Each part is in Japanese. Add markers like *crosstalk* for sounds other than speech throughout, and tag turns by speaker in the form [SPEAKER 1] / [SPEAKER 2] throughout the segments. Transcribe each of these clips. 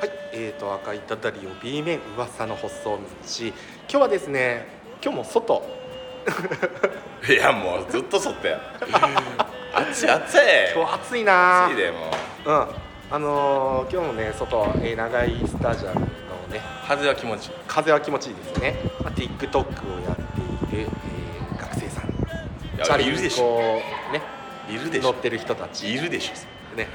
[SPEAKER 1] はい、えーと赤いたたりを B 面噂の発想道今日はですね今日も外
[SPEAKER 2] いやもうずっとそったや暑い暑い
[SPEAKER 1] 今日暑いな
[SPEAKER 2] 暑いでもう
[SPEAKER 1] うんあのー今日もね外、えー長いスタジアムのね
[SPEAKER 2] 風は気持ちいい
[SPEAKER 1] 風は気持ちいいですね、まあ、TikTok をやっている、えー学生さん
[SPEAKER 2] いや
[SPEAKER 1] チャリ
[SPEAKER 2] いるで
[SPEAKER 1] に
[SPEAKER 2] し
[SPEAKER 1] こ
[SPEAKER 2] ょ
[SPEAKER 1] うね
[SPEAKER 2] いるでし
[SPEAKER 1] 乗っ
[SPEAKER 2] ょ
[SPEAKER 1] てる人たち
[SPEAKER 2] いるでしょ
[SPEAKER 1] ね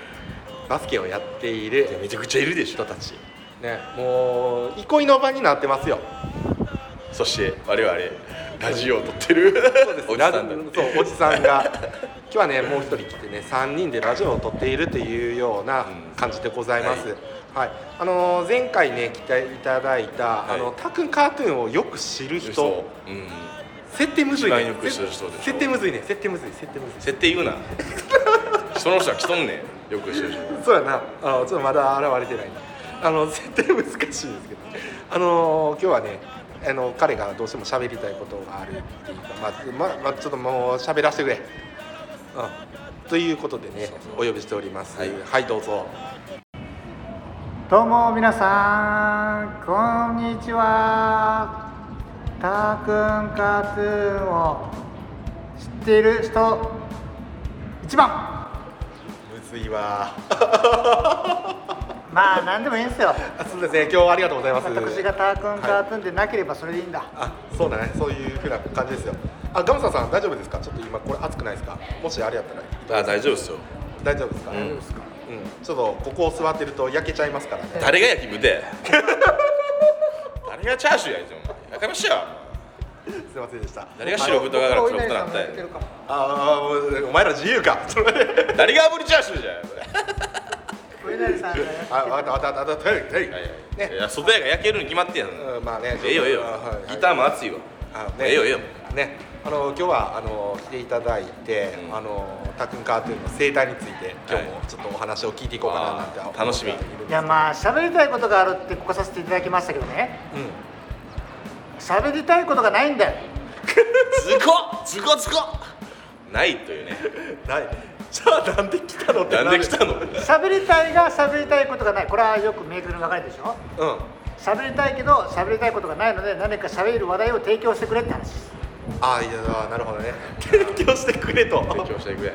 [SPEAKER 1] バスケをやってい
[SPEAKER 2] いや
[SPEAKER 1] る
[SPEAKER 2] めちゃくちゃいるでし
[SPEAKER 1] 人
[SPEAKER 2] ょ
[SPEAKER 1] たちねもう憩いの場になってますよ
[SPEAKER 2] そして我々ラジオを撮ってる
[SPEAKER 1] そうです
[SPEAKER 2] おじさんだ
[SPEAKER 1] ラジ
[SPEAKER 2] ね
[SPEAKER 1] そうおじさんが今日はねもう一人来てね3人でラジオを撮っているというような
[SPEAKER 2] うん
[SPEAKER 1] 感じでございます、はいあのー前回ね来ていただいた、
[SPEAKER 2] い
[SPEAKER 1] あのタクンカートゥーンをよく知る
[SPEAKER 2] そ
[SPEAKER 1] 人
[SPEAKER 2] う、うん、
[SPEAKER 1] 設定むずい
[SPEAKER 2] 一
[SPEAKER 1] ね
[SPEAKER 2] 番よく知る人でしょ
[SPEAKER 1] 設定むずいね設定むずい設定むずい
[SPEAKER 2] 設定言うなその人は来とんねんよく知る人
[SPEAKER 1] そうやなあのちょっとまだ現れてないなあの設定難しいですけどあのー今日はねあの彼がどうしても喋りたいことがあるっていうかまあまあ、まあ、ちょっともう喋らせてくれ、うん、ということでねお呼びしておりますはい、どうぞ
[SPEAKER 3] どうも皆さんこんにちはたーくんカートゥーンを知っている人一番
[SPEAKER 1] むずいわ *laughs*
[SPEAKER 3] まあ何でもいいんですよ
[SPEAKER 1] あすみません今日はありがとうございます
[SPEAKER 3] 私がたーくんカートゥーンでなければそれでいいんだ、
[SPEAKER 1] あそうだねそういうふうな感じですよあガムサさん大丈夫ですかちょっと今これ熱くないですかもしあれやったら
[SPEAKER 2] あ大丈夫ですよ
[SPEAKER 1] 大丈夫ですか、
[SPEAKER 2] ん
[SPEAKER 1] うん、ちょっとここを座ってると焼けちゃいますからね
[SPEAKER 2] 誰が焼き豚や誰がチャーシューやいてお前やかましいよ
[SPEAKER 1] すいませんでした
[SPEAKER 2] 誰が白豚から黒豚なったんや
[SPEAKER 3] やってるか
[SPEAKER 1] ああお前ら自由かそれで
[SPEAKER 2] 誰が炙りチャーシューじゃんや
[SPEAKER 3] 上成さんがやってる
[SPEAKER 1] あわかったわかったわかったはい
[SPEAKER 2] いや
[SPEAKER 1] はいい
[SPEAKER 2] やい
[SPEAKER 1] ね
[SPEAKER 2] や外やが焼けるに決まってんやん
[SPEAKER 1] うんまあね
[SPEAKER 2] ええよええよ
[SPEAKER 1] はいはい
[SPEAKER 2] ギターも熱いわ
[SPEAKER 1] あね
[SPEAKER 2] ええよええよ
[SPEAKER 1] ねあの今日はあの来ていただいて、
[SPEAKER 2] うん
[SPEAKER 1] あのタクンカートゥーンの生態について今日もちょっとお話を聞いていこうかななんて
[SPEAKER 2] あー楽しみ
[SPEAKER 1] 思っているんです
[SPEAKER 3] いやまあ喋りたいことがあるってここさせていただきましたけどね喋りたいことがないんだよ
[SPEAKER 2] ズコズコズコないというね
[SPEAKER 1] うんないじゃあなんで来たのって
[SPEAKER 2] なんで来たの
[SPEAKER 3] 喋りたいが喋りたいことがないこれはよく明確に分かるでしょ
[SPEAKER 1] うん
[SPEAKER 3] 喋りたいけど喋りたいことがないので何か喋れる話題を提供してくれって話です
[SPEAKER 1] ああいやなるほどね提供してくれと
[SPEAKER 2] 勉強していくや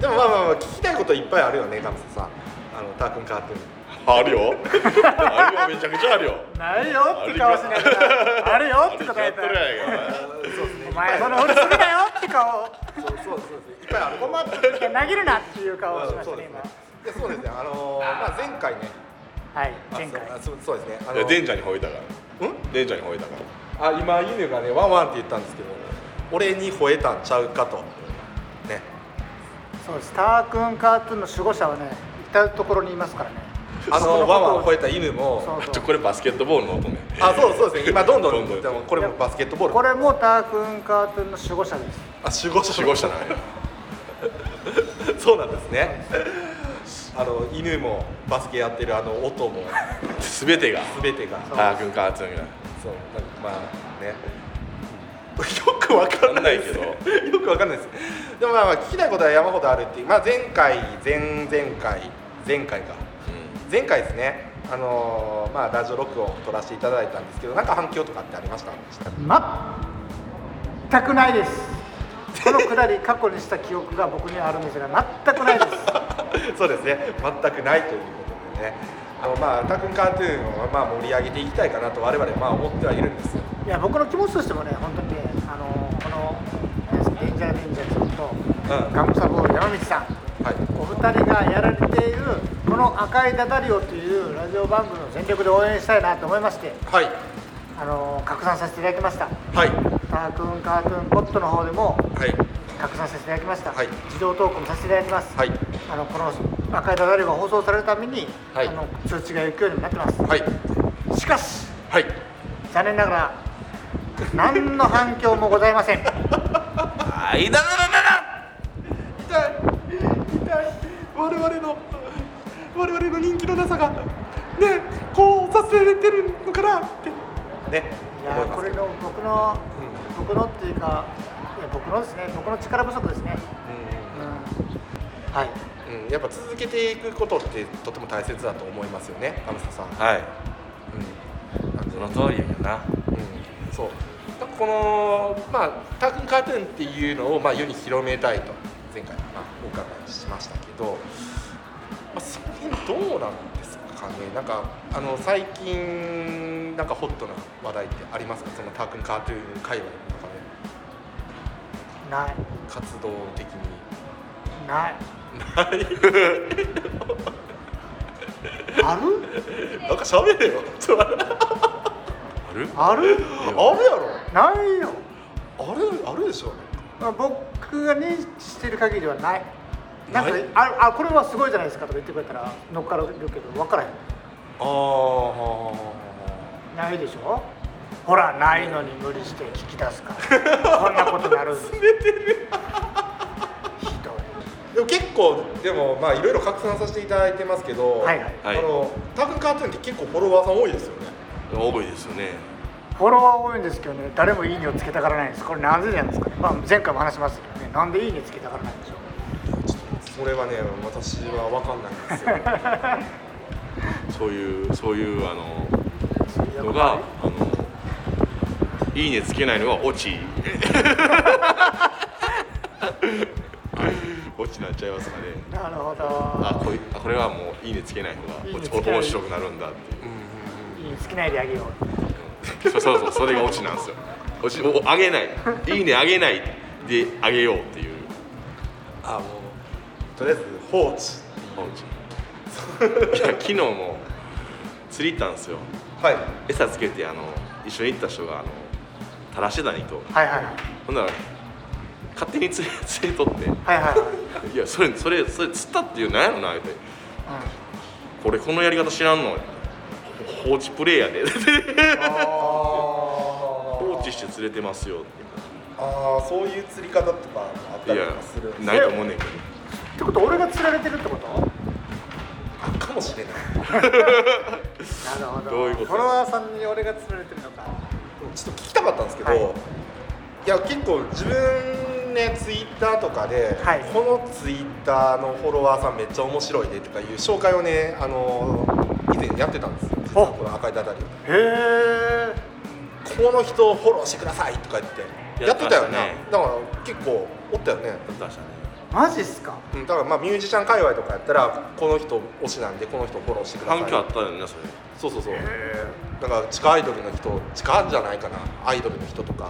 [SPEAKER 1] でもまあまあまあ聞きたいこといっぱいあるよねガムサさんあのタクンカートゥーン
[SPEAKER 2] あるよあるよめちゃくちゃあるよ
[SPEAKER 3] ないよって顔しながらあるよって答
[SPEAKER 2] や
[SPEAKER 3] え
[SPEAKER 2] ったとる
[SPEAKER 3] ら
[SPEAKER 2] やないか
[SPEAKER 3] お前その俺するなよって顔
[SPEAKER 1] そうそうそうですいっぱいあると思う
[SPEAKER 3] 困った時は投げるなっていう顔をしまし
[SPEAKER 1] そう
[SPEAKER 3] た
[SPEAKER 1] で
[SPEAKER 3] ね
[SPEAKER 1] すねいやそうで
[SPEAKER 3] 今。
[SPEAKER 1] すね。あのー、まあ前回ね。
[SPEAKER 3] はい
[SPEAKER 1] あ
[SPEAKER 3] 前回
[SPEAKER 1] そうあそうそうですね。あ
[SPEAKER 2] お
[SPEAKER 1] の
[SPEAKER 2] 前いや
[SPEAKER 1] ー
[SPEAKER 2] デンジャーに吠えたから
[SPEAKER 1] うん？
[SPEAKER 2] デンジャーに吠えたから
[SPEAKER 1] あ今ユヌがねワンワンって言ったんですけど、俺に吠えたんちゃうかとね。
[SPEAKER 3] そうですターくんカートゥーンの守護者はね至る所にいますからね
[SPEAKER 1] あのーワンワン吠え
[SPEAKER 3] え
[SPEAKER 1] た犬も。
[SPEAKER 3] そう
[SPEAKER 2] ち
[SPEAKER 3] そ
[SPEAKER 2] ょ
[SPEAKER 3] う
[SPEAKER 2] これバスケットボールの音ね
[SPEAKER 1] あそうそうですね。今どんどん
[SPEAKER 2] どんどん
[SPEAKER 1] でもこれもバスケットボール。
[SPEAKER 3] これもターくんカートゥーンの守護者です
[SPEAKER 1] あ守護者
[SPEAKER 2] 守護者なんや
[SPEAKER 1] そうなんですね。あの犬もバスケやってるあの音も
[SPEAKER 2] 全てが
[SPEAKER 1] すべてが
[SPEAKER 3] そう
[SPEAKER 2] ター君かつみたいな
[SPEAKER 1] そうなんかまあね *laughs* よくわかんないです
[SPEAKER 2] わかん
[SPEAKER 1] よくわかんないですでもまあまあ聞きたいことは山ほどあるっていう、まあ、前回前々回前回か前回ですねあのーまあラジオ録音を撮らせていただいたんですけどなんか反響とかってありま *laughs* した
[SPEAKER 3] 全くないですこのくだり過去にした記憶が僕にはあるんですが全くないです
[SPEAKER 1] そうですね、全くないということでね、あのまあ、タクンカートゥーンをまあ盛り上げていきたいかなと、我々まあ思ってはいるんですよ。
[SPEAKER 3] いや僕の気持ちとしてもね、本当にね、あのこのなんですかデンジャーデンジャーさんと、
[SPEAKER 1] うん
[SPEAKER 3] ガムサボール山道さん、
[SPEAKER 1] はい、
[SPEAKER 3] お二人がやられている、この赤いダダリオというラジオ番組を全力で応援したいなと思いまして、
[SPEAKER 1] はい、
[SPEAKER 3] あの拡散させていただきました、
[SPEAKER 1] はい、
[SPEAKER 3] タークンカートゥーンポットの方でも
[SPEAKER 1] はい、
[SPEAKER 3] 拡散させていただきました、
[SPEAKER 1] はい
[SPEAKER 3] 自動投稿もさせていただきます、
[SPEAKER 1] はい、
[SPEAKER 3] あのこの赤いダダリオが放送されるために、
[SPEAKER 1] はい
[SPEAKER 3] あの通知が行くようになってます。
[SPEAKER 1] はい、
[SPEAKER 3] しかし
[SPEAKER 1] はい、
[SPEAKER 3] 残念ながら何の反響もございません
[SPEAKER 2] あいだだだだだ
[SPEAKER 1] 痛い、痛い、我々の、我々の人気のなさが、ね、こうさせれてるのかなって。ね、
[SPEAKER 3] いや
[SPEAKER 1] 思い
[SPEAKER 3] ー
[SPEAKER 1] ま
[SPEAKER 3] こ
[SPEAKER 1] すけ
[SPEAKER 3] れ
[SPEAKER 1] ど
[SPEAKER 3] の僕の、
[SPEAKER 1] う
[SPEAKER 3] 僕のっていうかいや僕のですね僕の力不足ですね、
[SPEAKER 1] うん
[SPEAKER 3] うん、はい
[SPEAKER 1] うん、やっぱ続けていくことってとても大切だと思いますよね田臥さん、う
[SPEAKER 2] はい
[SPEAKER 1] んなんで
[SPEAKER 2] その通りやけどな
[SPEAKER 1] うん、そうだからこの、まあ、タークンカートゥーンっていうのを、まあ、世に広めたいと前回、まあ、お伺いしましたけど、まあ、その辺どうなんですかねなんかあの最近なんかホットな話題ってありますかそのタークンカートゥーン界隈の中で
[SPEAKER 3] ない
[SPEAKER 1] 活動的に
[SPEAKER 3] ないない *laughs* ある
[SPEAKER 1] なんか喋れよ
[SPEAKER 2] ある
[SPEAKER 1] あ
[SPEAKER 3] ある
[SPEAKER 1] るやろ
[SPEAKER 3] ないよ
[SPEAKER 1] あるあるでしょ
[SPEAKER 3] まあ僕が認識してる限りはないなんか
[SPEAKER 1] ない
[SPEAKER 3] ああこれはすごいじゃないですかとか言ってくれたら乗っかるけど分からへん
[SPEAKER 1] ああ
[SPEAKER 3] ないでしょほらないのに無理して聞き出すからこんなことなるひど
[SPEAKER 1] でも結構でもまあいろいろ拡散させていただいてますけど、
[SPEAKER 3] はいはい
[SPEAKER 2] はい
[SPEAKER 1] あのタグカートゥーンって結構フォロワーさん多いですよね。
[SPEAKER 2] 多いですよね
[SPEAKER 3] いフォロワー多いんですけどね誰も「いいね」をつけたがらないんですこれなぜなんですかね、まあ、前回も話しましたけどねなんで「いいね」つけたがらないんでしょ
[SPEAKER 1] それはね私は分かんないんです
[SPEAKER 2] そ
[SPEAKER 1] よ。
[SPEAKER 2] ういうそういうあの
[SPEAKER 3] う
[SPEAKER 2] のがあのいいねつけないのがオ
[SPEAKER 1] *laughs*
[SPEAKER 2] チオチになっちゃいますかね
[SPEAKER 3] なるほど
[SPEAKER 2] あこいあこれはもういいねつけない方が
[SPEAKER 3] いいね
[SPEAKER 2] オ
[SPEAKER 3] つ
[SPEAKER 2] チ
[SPEAKER 3] けない
[SPEAKER 2] 面白くなるんだっていう
[SPEAKER 3] いいねつけないであげよ
[SPEAKER 2] う
[SPEAKER 3] う
[SPEAKER 2] んそうそうそうそれがオチなんですよオチをあげないいいねあげないであげようっていう
[SPEAKER 1] *laughs* あもうとりあえず放
[SPEAKER 2] オ
[SPEAKER 1] 置。
[SPEAKER 3] *laughs*
[SPEAKER 2] チいや昨日も釣り行ったんですよ
[SPEAKER 1] はい。
[SPEAKER 2] 餌つけてあの一緒に行った人があの垂らしてたにと
[SPEAKER 3] はいはいはい
[SPEAKER 2] ほんなら勝手に釣り *laughs* 釣り取って
[SPEAKER 3] はいはいはい、う
[SPEAKER 2] 「
[SPEAKER 3] ん
[SPEAKER 2] いやそれそれそれ釣ったっていうなんやろな」って「これこのやり方知らんの?」放置プレイヤーで放置して釣れてますよ
[SPEAKER 1] ああそういう釣り方とかあっ
[SPEAKER 2] い
[SPEAKER 1] たり
[SPEAKER 2] や
[SPEAKER 1] とかするんですね
[SPEAKER 2] ないと思うねんけ
[SPEAKER 3] ってことは俺が釣られてるってこと
[SPEAKER 1] あかもしれない。
[SPEAKER 3] なるほど
[SPEAKER 2] どういうこと
[SPEAKER 3] フォロワーさんに俺が釣られてるのか
[SPEAKER 1] ちょっと聞きたかったんですけど、
[SPEAKER 3] はい
[SPEAKER 1] い、や結構自分ねツイッターとかで、
[SPEAKER 3] はい
[SPEAKER 1] このツイッターのフォロワーさんめっちゃ面白いねとかいう紹介をねあの以前やってたんですよ実はこの赤いダダリを
[SPEAKER 3] へえ
[SPEAKER 1] この人をフォローしてくださいとか言ってや
[SPEAKER 2] や
[SPEAKER 1] っ
[SPEAKER 2] っててた
[SPEAKER 1] たよ
[SPEAKER 2] よ
[SPEAKER 1] ね
[SPEAKER 2] ね
[SPEAKER 1] だから結構おったよね
[SPEAKER 2] ど出したね
[SPEAKER 3] マジっすか
[SPEAKER 1] うんだからまあミュージシャン界隈とかやったらこの人推しなんでこの人フォローしてください
[SPEAKER 2] 反響あったよねそれ
[SPEAKER 1] そうそうそうだから地下アイドルの人地下じゃないかなアイドルの人とか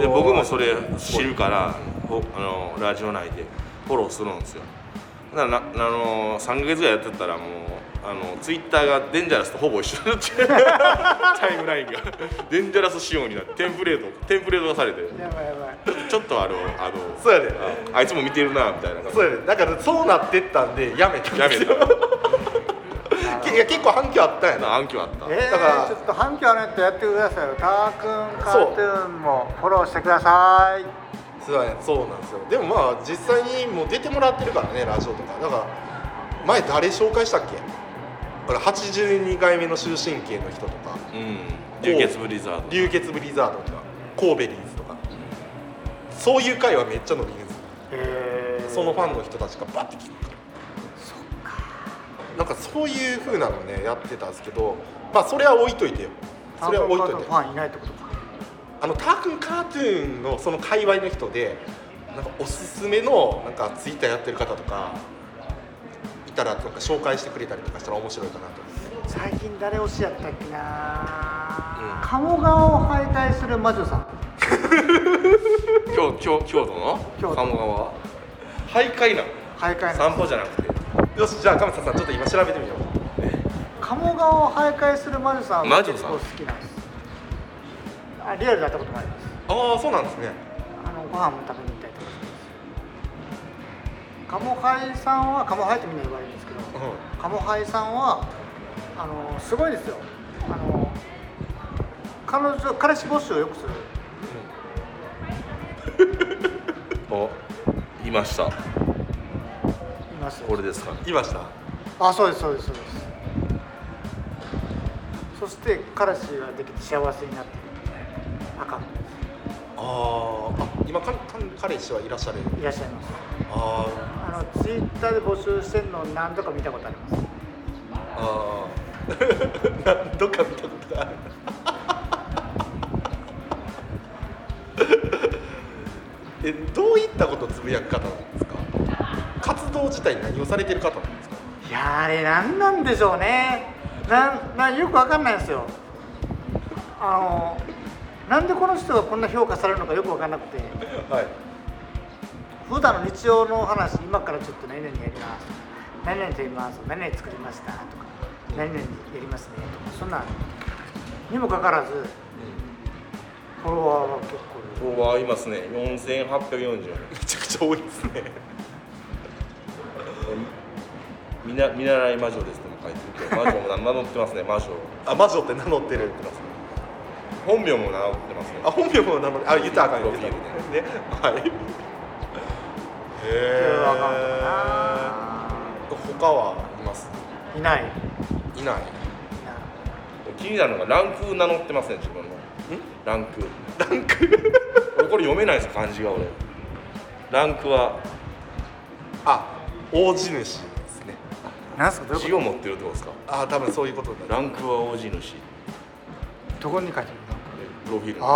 [SPEAKER 2] で僕もそれ知るからほあのラジオ内でフォローするんですよだからなあの3ヶ月ぐらいやってたらもうあのツイッターがデンジャラスとほぼ一緒になって *laughs* タイムラインがデンジャラス仕様になってテンプレートテンプレートがされて
[SPEAKER 3] やばいやばい
[SPEAKER 2] ちょっとあのあの
[SPEAKER 1] そうやね
[SPEAKER 2] ああいつも見てるなみたいな感じ
[SPEAKER 1] そうやねだからそうなってったんでやめたん
[SPEAKER 2] や
[SPEAKER 1] で
[SPEAKER 2] め
[SPEAKER 1] す
[SPEAKER 2] た
[SPEAKER 1] よ *laughs* けいや結構反響あったんやな
[SPEAKER 2] 暗挙あった、
[SPEAKER 3] えー、
[SPEAKER 1] だから
[SPEAKER 3] ちょっと反響あるとやってくださいよターくんカ
[SPEAKER 1] そう
[SPEAKER 3] ートゥーンもフォローしてください
[SPEAKER 1] そうやねそうなんですよでもまあ実際にもう出てもらってるからねラジオとかだから前誰紹介したっけこれ82回目の終身刑の人とか
[SPEAKER 2] うん流血ブリザード
[SPEAKER 1] 流血ブリザードとか神戸リーズとかそういう回はめっちゃ伸びるんですよ
[SPEAKER 3] えー、
[SPEAKER 1] そのファンの人たちがバッて聞くからそっかなんかそういう風なのねやってたんですけどまあそれは置いといてよ
[SPEAKER 3] タ
[SPEAKER 1] そ
[SPEAKER 3] ー
[SPEAKER 1] れは
[SPEAKER 3] く
[SPEAKER 1] 置
[SPEAKER 3] ん
[SPEAKER 1] い
[SPEAKER 3] カー
[SPEAKER 1] と
[SPEAKER 3] トゥー
[SPEAKER 1] い
[SPEAKER 3] ン
[SPEAKER 1] て
[SPEAKER 3] ファンいないってことか
[SPEAKER 1] あのタークンカートゥーンのその界隈の人でなんかおすすめのなんかツイッターやってる方とかいたらなんか紹介してくれたりとかしたら面白いかなと
[SPEAKER 3] 最近誰推しやったっけな、
[SPEAKER 1] うん
[SPEAKER 3] 鴨川を徘徊する魔女さん
[SPEAKER 2] 京京京都の
[SPEAKER 3] 京都
[SPEAKER 2] 鴨川徘徊なの
[SPEAKER 3] 徘徊
[SPEAKER 2] 散
[SPEAKER 3] の
[SPEAKER 2] 歩じゃなくて
[SPEAKER 1] よしじゃあ神田さんちょっと今調べてみよ
[SPEAKER 3] 鴨川を徘徊する魔女さん
[SPEAKER 2] 魔
[SPEAKER 3] は
[SPEAKER 2] 女さん
[SPEAKER 3] 結構好きなんですあリアルで会ったこともあります
[SPEAKER 1] うああそうなんですね
[SPEAKER 3] あのご飯も食べに行ったりとかしますカモハイさんはカモハイってみんな言われるんですけど、
[SPEAKER 1] う
[SPEAKER 3] カモハイさんはあのすごいですよあの彼女彼氏募集をよくする
[SPEAKER 2] おいました
[SPEAKER 3] います
[SPEAKER 2] これですかね
[SPEAKER 1] いました
[SPEAKER 3] あそうですそうですそうですそして彼氏ができて幸せになってる赤
[SPEAKER 1] あーあ今かか彼氏はいらっしゃる
[SPEAKER 3] いらっしゃいます
[SPEAKER 1] あ
[SPEAKER 3] あのツイッターで募集してるの何度か見たことあります
[SPEAKER 1] ーあー *laughs* 何度か見たことあるえどういったことをつぶやく方なんですか活動自体何をされてる方なんですか
[SPEAKER 3] いやーあれ何なんでしょうねなんなんよくわかんないんですよあのなんでこの人がこんな評価されるのかよくわかんなくて
[SPEAKER 1] はい
[SPEAKER 3] 普段の日常の話今からちょっと何々やります何々と言います何々作りましたとか何々やりますねとかそんなんにもかかわらずフォロワーは結構い
[SPEAKER 2] こ
[SPEAKER 3] る
[SPEAKER 2] こはいますね4840人
[SPEAKER 1] めちゃくちゃ多いですね
[SPEAKER 2] 見な見習い魔女ですとも書いてるけど魔女も名乗ってますね魔女
[SPEAKER 1] あ魔女って名乗ってる
[SPEAKER 2] 本名も名乗ってますね
[SPEAKER 1] あ本名も名乗ってあ言ったらあかんよ言ったらあかんよねはいへ
[SPEAKER 3] それ
[SPEAKER 1] え
[SPEAKER 3] はあかんのか
[SPEAKER 1] 他はいます
[SPEAKER 3] ないないない
[SPEAKER 1] いない
[SPEAKER 2] 気になるのがランク名乗ってますね自分のランク
[SPEAKER 1] ランク
[SPEAKER 2] *laughs* 俺これ読めないですよ漢字が俺ランクは
[SPEAKER 1] あ大地主ですね
[SPEAKER 3] なんすかどういう
[SPEAKER 2] 字
[SPEAKER 3] こ
[SPEAKER 2] を持ってるってことですか
[SPEAKER 1] あ多分そういうことにな
[SPEAKER 2] ラ
[SPEAKER 1] る
[SPEAKER 2] ンクは王子主
[SPEAKER 3] とどこに書いてるの
[SPEAKER 2] プロフィールの
[SPEAKER 3] あ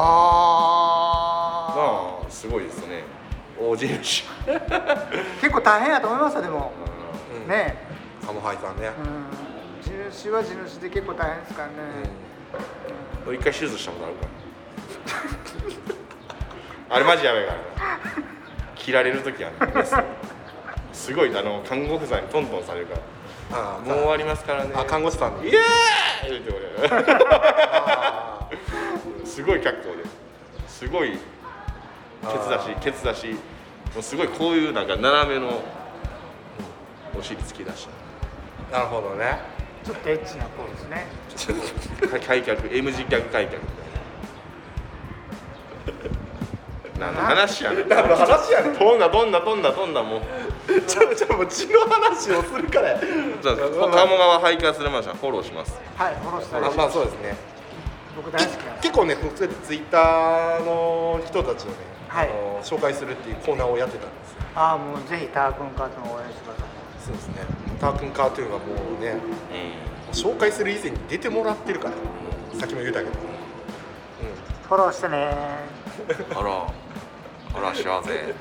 [SPEAKER 2] まあすごいですね王子主
[SPEAKER 3] あ結構大変やと思いますよでも
[SPEAKER 1] うん
[SPEAKER 3] ね
[SPEAKER 1] カモハイさんね
[SPEAKER 3] え、うん、地主は地主で結構大変ですからね、
[SPEAKER 2] 俺一回手術したことあるから *laughs* あれマジやばいからな切られる時あるメスすごいあの看護婦さんにトントンされるから
[SPEAKER 1] あ
[SPEAKER 2] もう終わりますからね
[SPEAKER 1] あ看護師さん
[SPEAKER 2] イエー
[SPEAKER 1] に
[SPEAKER 2] イ言うて
[SPEAKER 1] あ
[SPEAKER 2] 俺すごい脚光ですごいケツだしケツだしもうすごいこういうなんか斜めのお尻突き出し
[SPEAKER 1] ーなるほどね
[SPEAKER 3] ちょっとエッチな子ですね
[SPEAKER 2] た開脚 M 字脚開脚みたいな何の話やねん
[SPEAKER 1] 何の話やねん *laughs*
[SPEAKER 2] 飛んだ飛んだ飛んだ飛んだもう
[SPEAKER 1] ちょちょもう血の話をするからや
[SPEAKER 2] じゃあ鴨川徘徊するマンションフォローします
[SPEAKER 3] はいフォローした
[SPEAKER 1] あ
[SPEAKER 3] ら
[SPEAKER 1] まあそうですね
[SPEAKER 3] 僕大好きなんです
[SPEAKER 1] 結構ねそうやってツイッターの人たちをね、
[SPEAKER 3] はい
[SPEAKER 1] あの紹介するっていうコーナーをやってたんですよ
[SPEAKER 3] ああもうぜひター君カートの応援してください
[SPEAKER 1] そうですねターくんカートゥーンはもうね紹介する以前に出てもらってるから、さっきも言ったけど、う
[SPEAKER 3] フォローしてね
[SPEAKER 2] あらあら幸せ
[SPEAKER 1] んそれね、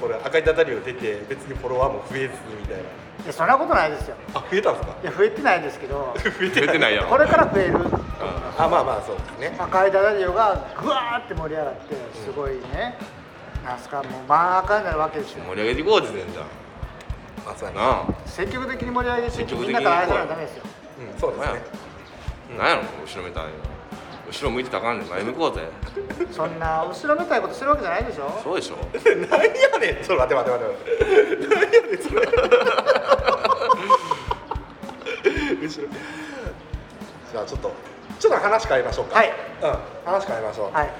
[SPEAKER 1] これ赤いたたりを出て別にフォロワーも増えずみたいない
[SPEAKER 3] やそんなことないですよ
[SPEAKER 1] あ増えたんですか
[SPEAKER 3] いや増えてないですけど
[SPEAKER 2] 増えてないやろ
[SPEAKER 3] これから増える
[SPEAKER 1] あまあまあそうですね
[SPEAKER 3] 赤いダダリオがぐわーって盛り上がってすごいね、なんすかもう真赤になるわけですよ
[SPEAKER 2] 盛り上げていこうって言ってんじゃん
[SPEAKER 1] まあそうやな
[SPEAKER 2] なあ
[SPEAKER 3] 積極的に盛り上げていっ
[SPEAKER 2] 積
[SPEAKER 3] て
[SPEAKER 2] 極
[SPEAKER 3] み
[SPEAKER 2] 的
[SPEAKER 3] ん
[SPEAKER 2] に
[SPEAKER 3] なから愛されないとダメですよ
[SPEAKER 1] うんそうですね
[SPEAKER 2] なんやろ後ろめたいな後ろ向いてたらあかんねん前向こうぜ
[SPEAKER 3] そんな後ろめたいことするわけじゃないでしょ
[SPEAKER 2] そうでしょ
[SPEAKER 1] *laughs* 何やねんちょっと待って待って待って
[SPEAKER 3] *laughs*
[SPEAKER 1] 何やねんそれ後ろじゃあちょっとちょっと話変えましょうか
[SPEAKER 3] はい
[SPEAKER 1] うん話変えましょう、
[SPEAKER 3] はい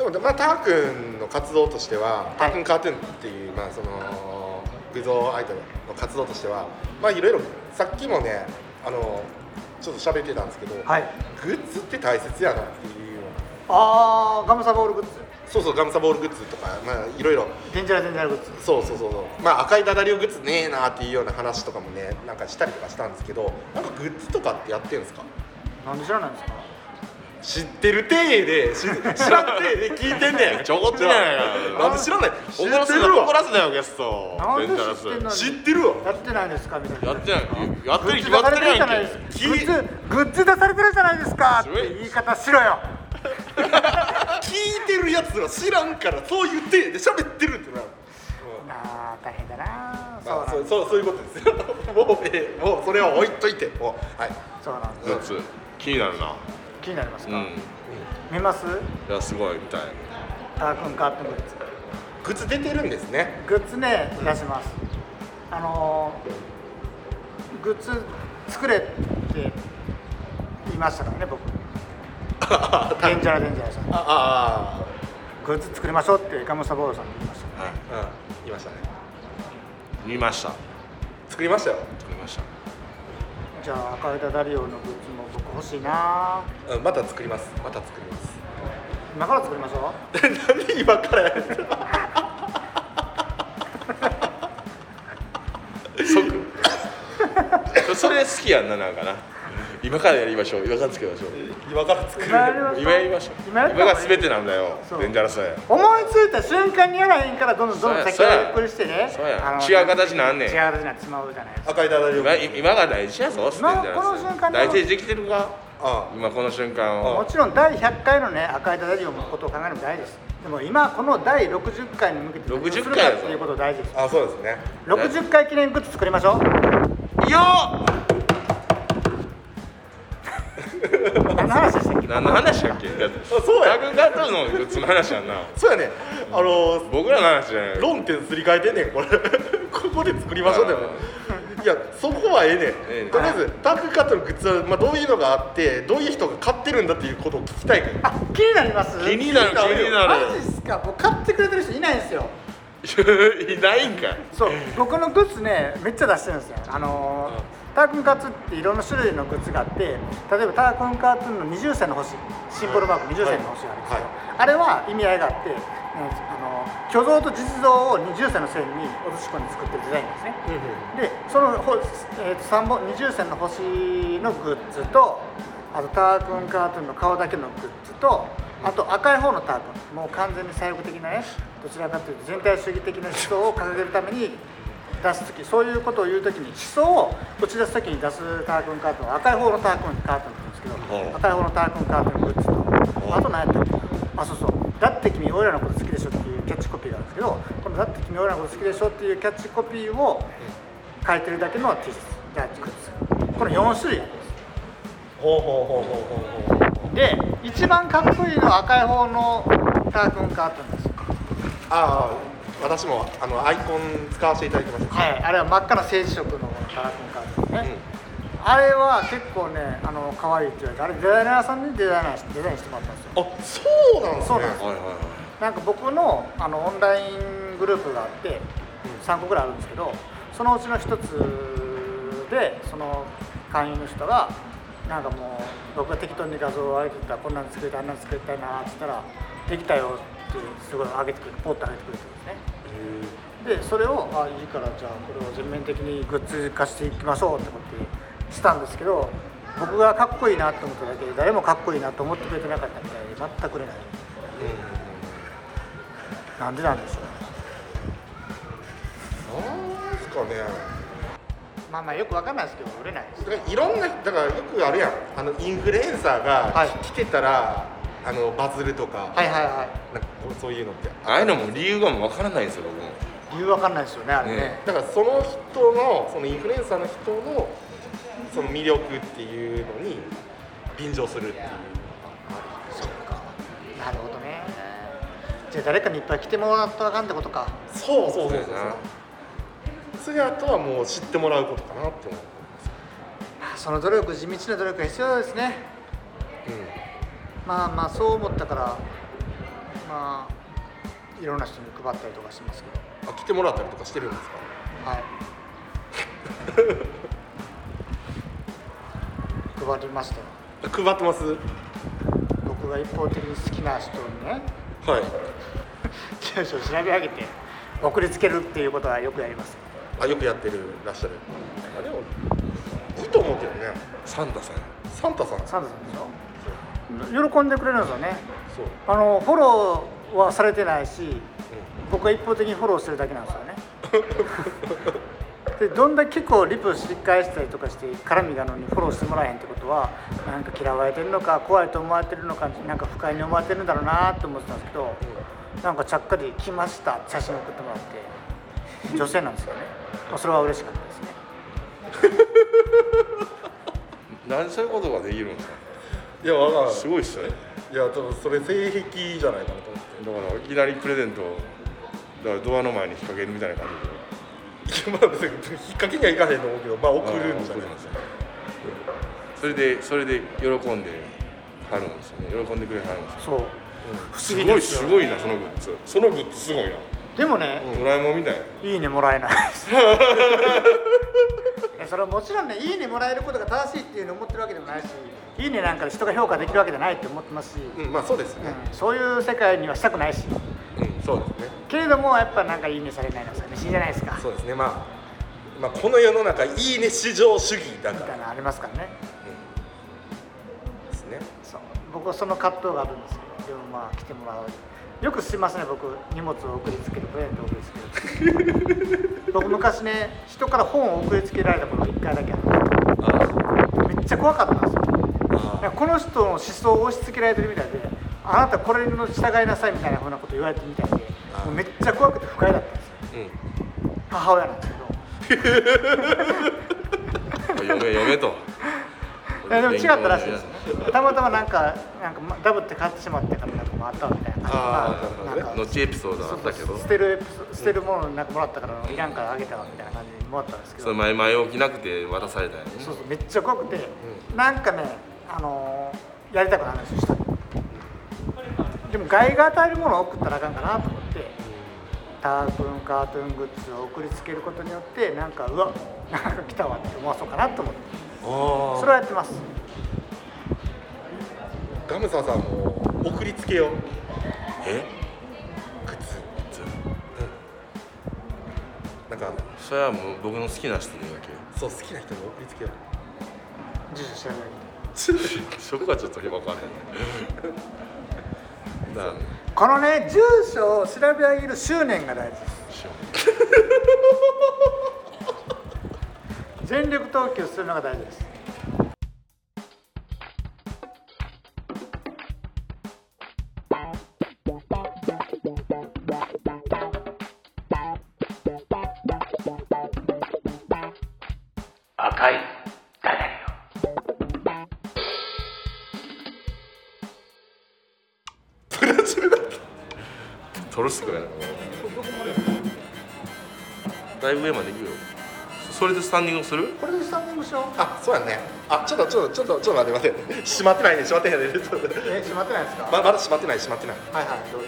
[SPEAKER 1] でも、まあ、ター君の活動としては、ター君カートゥーンっていう、まあ、その偶像アイドルの活動としては、まあ、いろいろさっきもねあのちょっと喋ってたんですけど、
[SPEAKER 3] はい
[SPEAKER 1] グッズって大切やなっていうような
[SPEAKER 3] ああガムサボールグッズ
[SPEAKER 1] そうそうガムサボールグッズとか、まあ、いろいろ
[SPEAKER 3] デンジャラデンジャラグッズ
[SPEAKER 1] そうそうそうそう、まあ、赤いダダリオグッズねえなっていうような話とかもねなんかしたりとかしたんですけどなんかグッズとかってやってるんですか
[SPEAKER 3] なんで知らないんですか
[SPEAKER 1] 知ってる体で知知らん体で聞いてんね *laughs* ん
[SPEAKER 2] ちょこっとやん
[SPEAKER 1] なんで知らない
[SPEAKER 2] 怒ら
[SPEAKER 1] 知
[SPEAKER 2] す
[SPEAKER 1] って
[SPEAKER 2] な
[SPEAKER 1] るわ
[SPEAKER 2] 怒らすなよゲスト
[SPEAKER 3] なんで
[SPEAKER 2] デンジャラス
[SPEAKER 3] 知ってんの
[SPEAKER 1] 知ってるわ
[SPEAKER 3] やってないんですかみたいな
[SPEAKER 2] やってないやってるに決
[SPEAKER 3] グ
[SPEAKER 2] ま
[SPEAKER 3] ッズ出さ
[SPEAKER 2] っ
[SPEAKER 3] れ
[SPEAKER 2] てる
[SPEAKER 3] てるじ
[SPEAKER 2] やんけ
[SPEAKER 3] ゃないですかグッズグッズ出されてるじゃないですかって言い方しろよ
[SPEAKER 1] 聞いてるやつは知らんからそう言ってで喋ってるってなる、
[SPEAKER 3] なあ大変だなそう
[SPEAKER 1] ま
[SPEAKER 3] な
[SPEAKER 1] あ、
[SPEAKER 3] ん
[SPEAKER 1] そう
[SPEAKER 3] です
[SPEAKER 1] そうそういうことですよもうええ *laughs* もうそれは置いといてもうはい
[SPEAKER 3] そうなんです
[SPEAKER 2] グッズ気になるな
[SPEAKER 3] 気になります
[SPEAKER 2] う
[SPEAKER 3] か、
[SPEAKER 2] ん
[SPEAKER 3] 見ます
[SPEAKER 2] いやすごいみたい
[SPEAKER 3] ター君カートグッズ
[SPEAKER 1] グッズ出てるんですね
[SPEAKER 3] グッズね出します、あのーグッズ作れって言いましたからね
[SPEAKER 2] *laughs*
[SPEAKER 3] 僕デンジャラデンジャラさん
[SPEAKER 1] あ
[SPEAKER 3] グッズ作りましょうってガムサボールさんに言いました
[SPEAKER 2] なはい
[SPEAKER 1] ああうんいましたね
[SPEAKER 2] 見ました
[SPEAKER 1] 作りましたよ、
[SPEAKER 2] 作りました
[SPEAKER 3] じゃあ赤枝ダリオのグッズも僕欲しいな
[SPEAKER 1] うん、また作りますまた作ります
[SPEAKER 3] 今から作りましょ
[SPEAKER 1] な
[SPEAKER 3] う
[SPEAKER 1] んで今からやる
[SPEAKER 2] それ好きやんななんかな今からやりましょう今から作りましょう
[SPEAKER 1] 今から作
[SPEAKER 3] 今やりましょ
[SPEAKER 2] *laughs*
[SPEAKER 3] う
[SPEAKER 2] 今やりましょう
[SPEAKER 3] 今やった方がいい
[SPEAKER 2] が全てなんだよ
[SPEAKER 3] そう
[SPEAKER 2] デンジャラスだよ
[SPEAKER 3] 思いついた瞬間にやらへんからどんどんどんどん先
[SPEAKER 2] そう
[SPEAKER 3] を
[SPEAKER 2] や
[SPEAKER 3] ゆっくりしてね
[SPEAKER 2] そうや
[SPEAKER 3] あの
[SPEAKER 2] 違う形なんねん
[SPEAKER 3] 違う形になってしまうじゃないですか
[SPEAKER 1] 赤いダダリウム
[SPEAKER 2] 今今が大事やぞデンジ
[SPEAKER 3] 今
[SPEAKER 2] ャ
[SPEAKER 3] この瞬
[SPEAKER 2] ラス
[SPEAKER 3] 間の
[SPEAKER 2] 大事にできてるか
[SPEAKER 1] あ
[SPEAKER 2] 今この瞬間を
[SPEAKER 3] もちろん第100回のね赤いダダリオのことを考えるのも大事ですでも今この第60回に向けて何をする
[SPEAKER 2] 60
[SPEAKER 3] か
[SPEAKER 2] 回やぞ
[SPEAKER 3] っていうこと大事です
[SPEAKER 1] ああそうですね
[SPEAKER 3] 60回記念グッズ作りましょう
[SPEAKER 2] いや
[SPEAKER 3] 何の話でしたっけ
[SPEAKER 2] 何の話やっけだって
[SPEAKER 1] そう
[SPEAKER 2] タ
[SPEAKER 1] や
[SPEAKER 2] グガトゥーのグッズの話やんな
[SPEAKER 1] そうやねあのー
[SPEAKER 2] 僕らの話じゃない
[SPEAKER 1] 論点すり替えてんねんこれ *laughs* ここで作りましょうだよねいやそこはええね
[SPEAKER 2] ええ
[SPEAKER 1] ん
[SPEAKER 2] ね
[SPEAKER 1] とりあえずタッグカットのグッズは、まあ、どういうのがあってどういう人が買ってるんだっていうことを聞きたいから
[SPEAKER 3] あ気になります
[SPEAKER 2] 気になる気にな
[SPEAKER 3] マジっすかもう買ってくれてる人いないんですよ
[SPEAKER 2] るい *laughs* ないんかい
[SPEAKER 3] そう僕のグッズねめっちゃ出してるんですよあのータークンカーツっていろんな種類のグッズがあって例えばタークンカーツの20線の星シンボルマーク20線の星があるんですよ、あれは意味合いがあって、うんあのー虚像と実像を20線の線に落とし込んで作ってるデザインなんですね、でそのほ、えーと三本20線の星のグッズとあとタークンカートゥーンの顔だけのグッズとあと赤い方のタークンもう完全に左翼的なねどちらかというと全体主義的な思想を掲げるために出す時そういうことを言う時に思想を打ち出す時に出すタークンカートゥーンは赤い方のタークンカートゥーンって言うんですけ
[SPEAKER 2] うん
[SPEAKER 3] ど赤い方のタークンカートゥーンのグッズとあと何やったっけあそうそう「だって君俺らのこと好きでしょ」っていうキャッチコピーがあるんですけどこの「だって君俺らのこと好きでしょ」っていうキャッチコピーを書いてるだけの T シャツが作るんですよこの4種類あります
[SPEAKER 1] ほうほうほうほうほうほう
[SPEAKER 3] で一番かっこいいのは赤い方のタークンカートゥーンですよ
[SPEAKER 1] ああ私もあのアイコン使わせていただいてます
[SPEAKER 3] はいあれは真っ赤な政治色のタークンカートゥーンですね、あれは結構ねあの可愛いって言われてあれデザイナーさんにデザイナーしデザインしてもらったんですよ
[SPEAKER 1] あそうなんですね
[SPEAKER 3] そうなんです
[SPEAKER 2] はいはいはい
[SPEAKER 3] なんか僕のあのオンライングループがあって3個ぐらいあるんですけどそのうちの1つでその会員の人がなんかもう僕が適当に画像を上げてたらこんなん作りたいあんなん作りたいなって言ったらできたよってすごい上げてくれてポッと上げてくれてるんですねでそれをあいいからじゃあこれを全面的にグッズ化していきましょうってことしたんですけど僕がかっこいいなと思っただけで誰もかっこいいなと思ってくれてなかったみたいで全く売れないなんでなんでしょう
[SPEAKER 1] なんですかね
[SPEAKER 3] まあまあよくわかんないですけど売れないです
[SPEAKER 1] だからいろんなだからよくあるやんあのインフルエンサー
[SPEAKER 3] は
[SPEAKER 1] が
[SPEAKER 3] い
[SPEAKER 1] 来てたら、あのバズるとか,、
[SPEAKER 3] はいはいは
[SPEAKER 1] なんかこうそういうのって
[SPEAKER 2] ああいうのも理由がもう分からないんですよ僕も
[SPEAKER 3] い理由わかんないですよねあれね
[SPEAKER 2] ね
[SPEAKER 1] だからその人のそのインフルエンサーの人のその魅力っていうのに便乗するっていう
[SPEAKER 3] そっかなるほどねじゃあ誰かにいっぱい来てもらったらあかんってことか
[SPEAKER 1] そうそうそうそう
[SPEAKER 2] そうやな
[SPEAKER 1] それあとはもう知ってもらうことかなって思う
[SPEAKER 3] まあその努力地道な努力が必要ですね
[SPEAKER 1] うん
[SPEAKER 3] まあまあそう思ったからまあいろんな人に配ったりとかしてますけど
[SPEAKER 1] あ来てもらったりとかしてるんですか
[SPEAKER 3] はい配りましたよ
[SPEAKER 1] 配ってます
[SPEAKER 3] 僕が一方的に好きな人にね *laughs*
[SPEAKER 1] はい
[SPEAKER 3] 住所を調べ上げて送りつけるっていうことはよくやります
[SPEAKER 1] あよくやってるらっしゃるあでもいいと思うけどね
[SPEAKER 2] サンタさん
[SPEAKER 1] サンタさん
[SPEAKER 3] サンタさんでしょ喜んでくれるんですよね
[SPEAKER 1] そう、
[SPEAKER 3] あのフォローはされてないし僕は一方的にフォローしてるだけなんですよねでどんだけ結構リプを繰り返したりとかして絡みがあるのにフォローしてもらえへんってことはなんか嫌われてるのか怖いと思われてるのかなんか不快に思われてるんだろうなと思ってたんですけどなんかちゃっかり来ましたって写真送ってもらって女性なんですよねまあそれは嬉しかったですね
[SPEAKER 2] なんでそういうことができるんですか
[SPEAKER 1] いやわかんない
[SPEAKER 2] すごいっすよね
[SPEAKER 1] いや多分それ性癖じゃないかなと思っ
[SPEAKER 2] だからいきなりプレゼントをだからドアの前に引っ掛けるみたいな感じで
[SPEAKER 1] てまあ別に引っ掛けにはいかへんと思うけどまあ送るんじゃない
[SPEAKER 2] あー送るんですよそれでそれで喜んではるんですよね喜んでくれはるんですよ
[SPEAKER 3] そう
[SPEAKER 2] すごいすごいなそのグッズそのグッズすごいな
[SPEAKER 3] でもね、
[SPEAKER 2] ドラえもんみたいない
[SPEAKER 3] いねもらえないえそれはもちろんねいいねもらえることが正しいっていうのを思ってるわけでもないしいいねなんかで人が評価できるわけじゃないって思ってますし、うん
[SPEAKER 1] うんまあそうですね
[SPEAKER 3] そういう世界にはしたくないし
[SPEAKER 1] うん、そうですね
[SPEAKER 3] けれどもやっぱなんかいいねされないのは寂しいじゃないですか
[SPEAKER 1] そうですねまあまあ、この世の中いいね至上主義だ
[SPEAKER 3] み
[SPEAKER 1] か
[SPEAKER 3] た
[SPEAKER 1] ら
[SPEAKER 3] いなのありますからね
[SPEAKER 1] ですね
[SPEAKER 3] そう僕はその葛藤があるんですけどでもまあ来てもらうよくすいませんね僕荷物を送りつけるプレゼントを送りつける僕昔ね人から本を送りつけられたことが1回だけあっ
[SPEAKER 2] あー
[SPEAKER 3] てめっちゃ怖かったんですよ
[SPEAKER 2] あ
[SPEAKER 3] いやこの人の思想を押し付けられてるみたいであなたこれの従いなさいみたいなふうなこと言われてるみたいで
[SPEAKER 1] あ
[SPEAKER 3] もうめっちゃ怖くて不快だったんですよ
[SPEAKER 2] ーうん
[SPEAKER 3] 母親なんですけど
[SPEAKER 2] 読め読めと
[SPEAKER 3] いやでも違ったらしいですねたまたまなんかなんかまダブって買ってしまったからなんかもあったみたいな
[SPEAKER 2] あ
[SPEAKER 1] ー
[SPEAKER 3] ま
[SPEAKER 2] あ
[SPEAKER 1] なる
[SPEAKER 2] のちエピソードあったけ
[SPEAKER 3] そう
[SPEAKER 2] ど
[SPEAKER 3] そう捨てるエピソ捨てるものなんかもらったからいらんからあげたわみたいな感じでもらったんですけ
[SPEAKER 2] そ
[SPEAKER 3] ど
[SPEAKER 2] れ前前置きなくて渡されたんやね
[SPEAKER 3] そうそうめっちゃ怖くて、なんかね、あのーやりたくない話をしたのでも害が与えるものを送ったらあかんかなと思ってタークンカートゥーングッズを送りつけることによってなんかうわなんか来たわって思わそうかなと思って
[SPEAKER 1] あ
[SPEAKER 3] そ
[SPEAKER 1] それ
[SPEAKER 3] れはやってます
[SPEAKER 1] ガムサさんも送りつけよう
[SPEAKER 2] え
[SPEAKER 1] 靴
[SPEAKER 2] じゃ
[SPEAKER 1] なんか
[SPEAKER 2] あそれはもう僕の好きな人にだけ
[SPEAKER 1] そう好きな人に送りつけよう
[SPEAKER 3] 住所知らない
[SPEAKER 2] そこがちょっと今分からへんねだからね
[SPEAKER 3] このね住所を調べ上げる執念が大事です
[SPEAKER 2] しよ
[SPEAKER 3] 全力投球するのが大事です
[SPEAKER 4] 赤いダダリオ
[SPEAKER 2] うトルスクやなだいぶ上まで行くよそれでスタンディングする
[SPEAKER 3] これでスタンディングしよう
[SPEAKER 1] あそうやねあちょっとちょっとちょっとちょっと待って待って閉まってないね閉まってないねちょっと
[SPEAKER 3] え閉まってないですか、
[SPEAKER 1] ままだ閉まってない閉まってない
[SPEAKER 3] はいはいどうぞ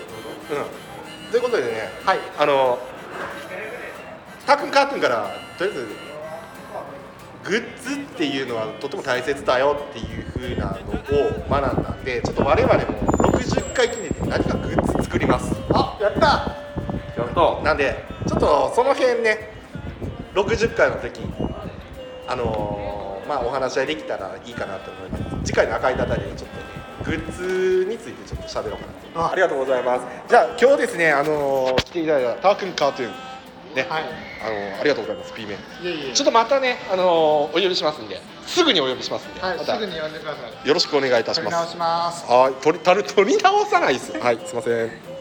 [SPEAKER 1] うんということでね
[SPEAKER 3] はい
[SPEAKER 1] あのたくんかーくんからとりあえずグッズっていうのはとても大切だよっていう風なのを学んだんでちょっと我々も60回記念で何かグッズ作ります
[SPEAKER 3] あやった
[SPEAKER 2] やった
[SPEAKER 1] なんでちょっとその辺ね60回の時あのーまあお話し合いできたらいいかなと思います次回の赤いたたりはちょっとねグッズについてちょっと喋ろうかなと
[SPEAKER 3] あ
[SPEAKER 1] ありがとうございますじゃあ今日ですねあのー来ていただいたタークンカートゥーンね、
[SPEAKER 3] はい
[SPEAKER 1] あのーありがとうございます P 面
[SPEAKER 3] いえいえ
[SPEAKER 1] ちょっとまたねあのーお呼びしますんですぐにお呼びしますんで、
[SPEAKER 3] はい、
[SPEAKER 1] ますた
[SPEAKER 3] ぐ
[SPEAKER 1] よ
[SPEAKER 3] に呼んでください。
[SPEAKER 1] ろしくお願いいたし
[SPEAKER 3] 取
[SPEAKER 1] ま
[SPEAKER 3] り直
[SPEAKER 1] す
[SPEAKER 3] します。
[SPEAKER 1] はい取り取り直さないですはいすいません